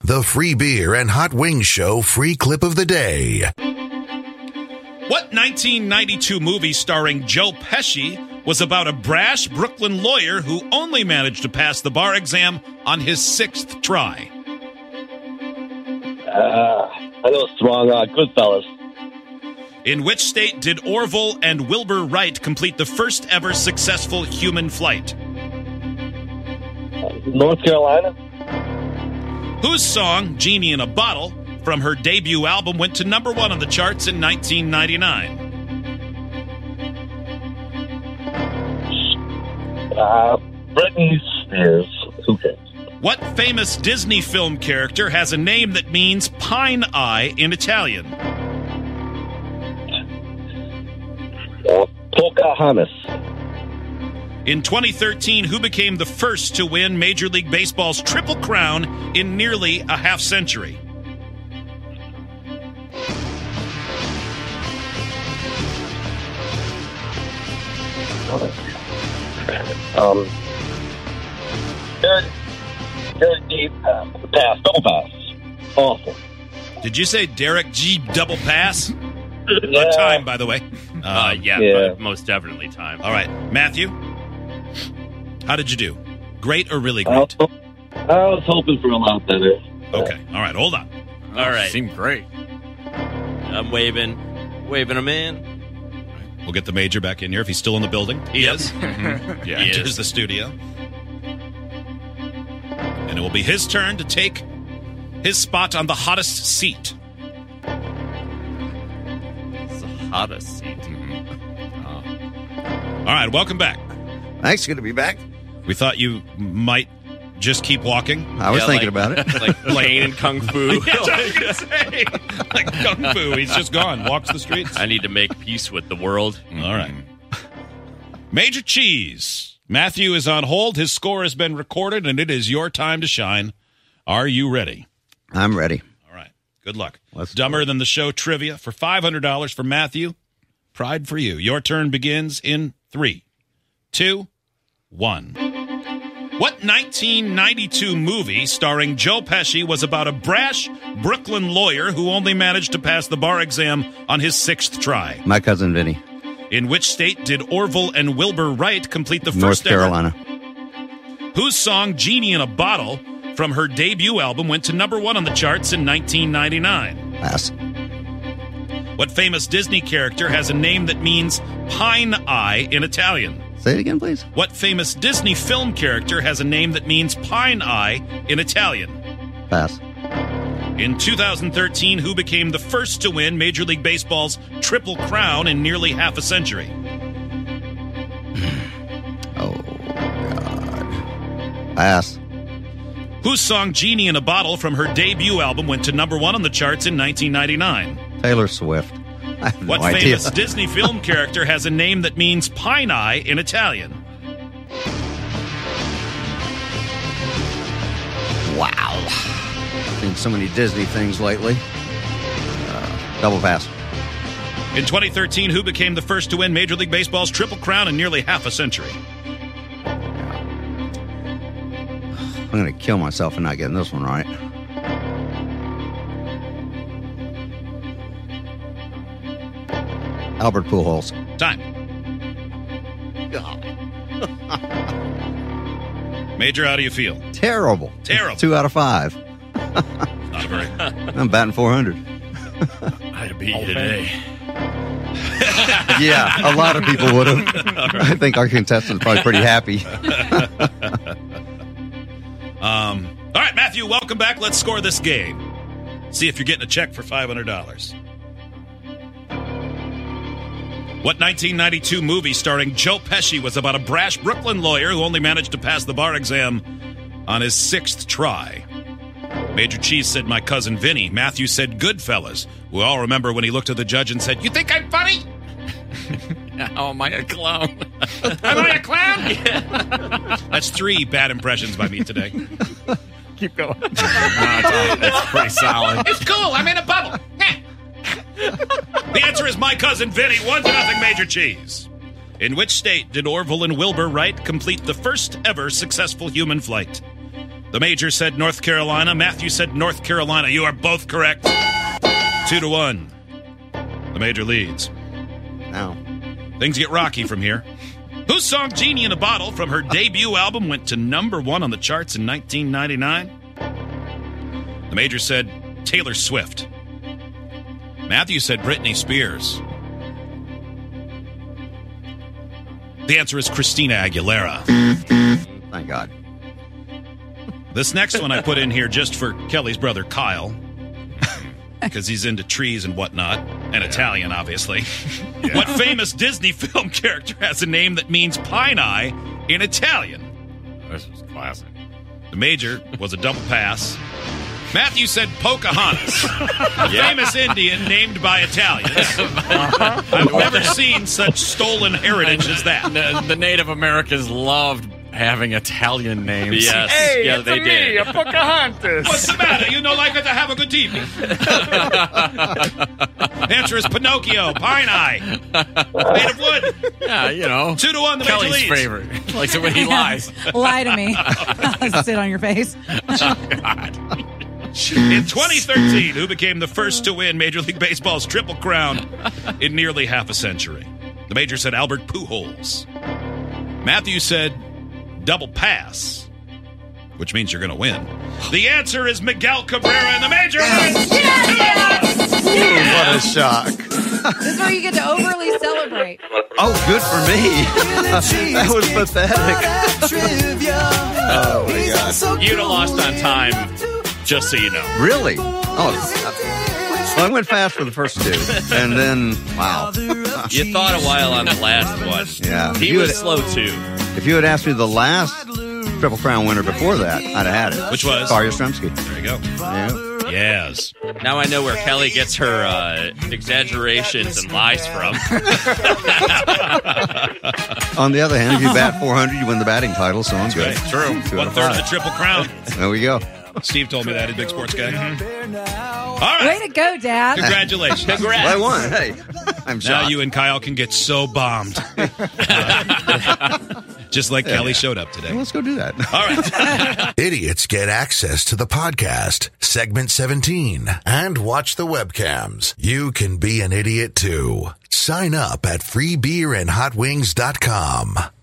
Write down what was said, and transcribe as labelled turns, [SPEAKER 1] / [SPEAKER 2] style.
[SPEAKER 1] The free beer and hot wings show free clip of the day.
[SPEAKER 2] What 1992 movie starring Joe Pesci was about a brash Brooklyn lawyer who only managed to pass the bar exam on his sixth try?
[SPEAKER 3] Uh, I know it's wrong. Uh, Goodfellas.
[SPEAKER 2] In which state did Orville and Wilbur Wright complete the first ever successful human flight?
[SPEAKER 3] Uh, North Carolina.
[SPEAKER 2] Whose song, Genie in a Bottle, from her debut album went to number one on the charts in 1999?
[SPEAKER 3] Uh, Britney Spears. Who cares?
[SPEAKER 2] What famous Disney film character has a name that means pine eye in Italian?
[SPEAKER 3] Uh, Pocahontas.
[SPEAKER 2] In 2013, who became the first to win Major League Baseball's Triple Crown in nearly a half century?
[SPEAKER 3] Um, very, very deep pass. Pass. Double uh, pass. Awful.
[SPEAKER 2] Did you say Derek G. Double Pass?
[SPEAKER 3] Yeah.
[SPEAKER 2] Not time, by the way.
[SPEAKER 4] Uh,
[SPEAKER 2] Uh,
[SPEAKER 4] yeah,
[SPEAKER 3] Yeah.
[SPEAKER 4] But most definitely time.
[SPEAKER 2] all right, Matthew, how did you do? Great or really
[SPEAKER 3] I was,
[SPEAKER 4] Oh,
[SPEAKER 2] great?
[SPEAKER 3] I was hoping for a lot better.
[SPEAKER 2] Okay, all right, hold on.
[SPEAKER 4] All right.
[SPEAKER 5] Seemed great.
[SPEAKER 4] I'm waving, waving him in.
[SPEAKER 2] We'll get the major back in here if he's still in the building. He is. Mhm. Yeah,
[SPEAKER 4] He
[SPEAKER 2] enters
[SPEAKER 4] is.
[SPEAKER 2] the studio. And it will be his turn to take his spot on the hottest seat.
[SPEAKER 4] It's the hottest seat. Mm-hmm.
[SPEAKER 2] All right, welcome back.
[SPEAKER 5] Thanks. Good to be back.
[SPEAKER 2] We thought you might just keep walking.
[SPEAKER 5] I was
[SPEAKER 4] Yeah,
[SPEAKER 5] thinking
[SPEAKER 4] like-
[SPEAKER 5] about it.
[SPEAKER 4] Like Lane and Kung Fu.
[SPEAKER 2] like kung fu, he's just gone. Walks the streets.
[SPEAKER 4] I need to make peace with the world.
[SPEAKER 2] All right. Major Cheese. Matthew is on hold. His score has been recorded, and it is your time to shine. Are you ready?
[SPEAKER 5] I'm ready.
[SPEAKER 2] All right. Good luck.
[SPEAKER 5] Let's do
[SPEAKER 2] Dumber than the show trivia for $500 for Matthew. Pride for you. Your turn begins in three, two, one. What 1992 movie starring Joe Pesci was about a brash Brooklyn lawyer who only managed to pass the bar exam on his sixth try?
[SPEAKER 5] My cousin Vinny,
[SPEAKER 2] In which state did Orville and Wilbur Wright complete the
[SPEAKER 5] North
[SPEAKER 2] first
[SPEAKER 5] Carolina.
[SPEAKER 2] ever? Whose song "Genie in a Bottle" from her debut album went to number one on the charts in 1999?
[SPEAKER 5] Pass.
[SPEAKER 2] What famous Disney character has a name that means pine eye in Italian?
[SPEAKER 5] Say it again, please.
[SPEAKER 2] What famous Disney film character has a name that means pine eye in Italian?
[SPEAKER 5] Pass.
[SPEAKER 2] In 2013, who became the first to win Major League Baseball's Triple Crown in nearly half a century?
[SPEAKER 5] Oh God. Pass.
[SPEAKER 2] whose song Genie in a Bottle from her debut album went to number one on the charts in 1999.
[SPEAKER 5] Taylor Swift. I have
[SPEAKER 2] What
[SPEAKER 5] no idea.
[SPEAKER 2] famous Disney film character has a name that means pine eye in Italian?
[SPEAKER 5] Wow. Seen so many Disney things lately. Uh, double pass.
[SPEAKER 2] In 2013, who became the first to win Major League Baseball's Triple Crown in nearly half a century?
[SPEAKER 5] I'm gonna kill myself for not getting this one right. Albert Pujols.
[SPEAKER 2] Time. Major, how do you feel?
[SPEAKER 5] Terrible.
[SPEAKER 2] Terrible.
[SPEAKER 5] Two out of five.
[SPEAKER 2] Not a very.
[SPEAKER 5] I'm batting 400.
[SPEAKER 4] I'd beat you today.
[SPEAKER 5] yeah, a lot of people would have. I think our contestant's probably pretty happy.
[SPEAKER 2] Um, all right, Matthew, welcome back. Let's score this game. See if you're getting a check for $500. What 1992 movie starring Joe Pesci was about a brash Brooklyn lawyer who only managed to pass the bar exam on his sixth try? Major Cheese said, My cousin Vinny. Matthew said, Goodfellas. We all remember when he looked at the judge and said, You think I'm funny?
[SPEAKER 4] How am I a clown?
[SPEAKER 2] Am I a clown? That's three bad impressions by me today.
[SPEAKER 4] Keep going. that's pretty solid.
[SPEAKER 2] It's cool. I'm in a bubble. the answer is my cousin Vinny. One to nothing, Major Cheese. In which state did Orville and Wilbur Wright complete the first ever successful human flight? The The major said North Carolina. Matthew said North Carolina. You are both correct. Two to one. The major leads.
[SPEAKER 5] Now,
[SPEAKER 2] Things get rocky from here. Whose song Genie in a Bottle from her debut album went to number one on the charts in 1999? The major said Taylor Swift. Matthew said Britney Spears. The answer is Christina Aguilera.
[SPEAKER 5] thank God.
[SPEAKER 2] This next one I put in here just for Kelly's brother Kyle, because he's into trees and whatnot, and Italian, obviously. What famous Disney film character has a name that means pine eye in Italian?
[SPEAKER 4] This was classic.
[SPEAKER 2] The major was a double pass. Matthew said Pocahontas, a famous Indian named by Italians. I've never seen such stolen heritage as that.
[SPEAKER 4] The, the Native Americans loved having Italian names.
[SPEAKER 6] Yes, yeah, they did.
[SPEAKER 2] What's the matter? You no like it to have a good evening. Answer is Pinocchio, Pine Eye, made of wood.
[SPEAKER 4] Yeah, you know.
[SPEAKER 2] Two to one, the major
[SPEAKER 4] Kelly's
[SPEAKER 2] leads.
[SPEAKER 4] favorite. Likes it when he lies.
[SPEAKER 7] Lie to me. I'll sit on your face.
[SPEAKER 2] In 2013, who became the first to win Major League Baseball's Triple Crown in nearly half a century? The major said Albert Pujols. Matthew said double pass, which means you're going to win. The answer is Miguel Cabrera, and the major wins.
[SPEAKER 5] What a shock.
[SPEAKER 7] This is where you get to overly celebrate.
[SPEAKER 5] Oh, good for me. that was pathetic. Oh, my God.
[SPEAKER 6] You'd have lost on time, just so you know.
[SPEAKER 5] Really? Oh, well, I went fast for the first two. And then, wow.
[SPEAKER 6] You thought a while on the last one.
[SPEAKER 5] Yeah. If
[SPEAKER 6] He
[SPEAKER 5] you, had,
[SPEAKER 6] was slow too.
[SPEAKER 5] if you had asked me the last Triple Crown winner before that, I'd have had it.
[SPEAKER 2] Which was?
[SPEAKER 5] Barry Yastrzemski.
[SPEAKER 2] There you go.
[SPEAKER 5] Yeah.
[SPEAKER 2] Yes.
[SPEAKER 6] Now I know where Kelly gets her uh, exaggerations and lies from.
[SPEAKER 5] On the other hand, if you bat 400, you win the batting title, so I'm good.
[SPEAKER 2] Right. True.
[SPEAKER 5] Two
[SPEAKER 2] One
[SPEAKER 5] out of
[SPEAKER 2] third of
[SPEAKER 5] five.
[SPEAKER 2] the Triple Crown.
[SPEAKER 5] There we go.
[SPEAKER 2] Steve told me that. He's a big sports guy. Mm-hmm. All
[SPEAKER 7] Way
[SPEAKER 2] right.
[SPEAKER 7] to go, Dad.
[SPEAKER 2] Congratulations.
[SPEAKER 5] Well, I won. Hey, I'm
[SPEAKER 2] Now
[SPEAKER 5] shocked.
[SPEAKER 2] you and Kyle can get so bombed. Just like Kelly showed up today.
[SPEAKER 5] Well, let's go do that.
[SPEAKER 2] All right.
[SPEAKER 1] Idiots get access to the podcast, segment 17, and watch the webcams. You can be an idiot too. Sign up at freebeerandhotwings.com.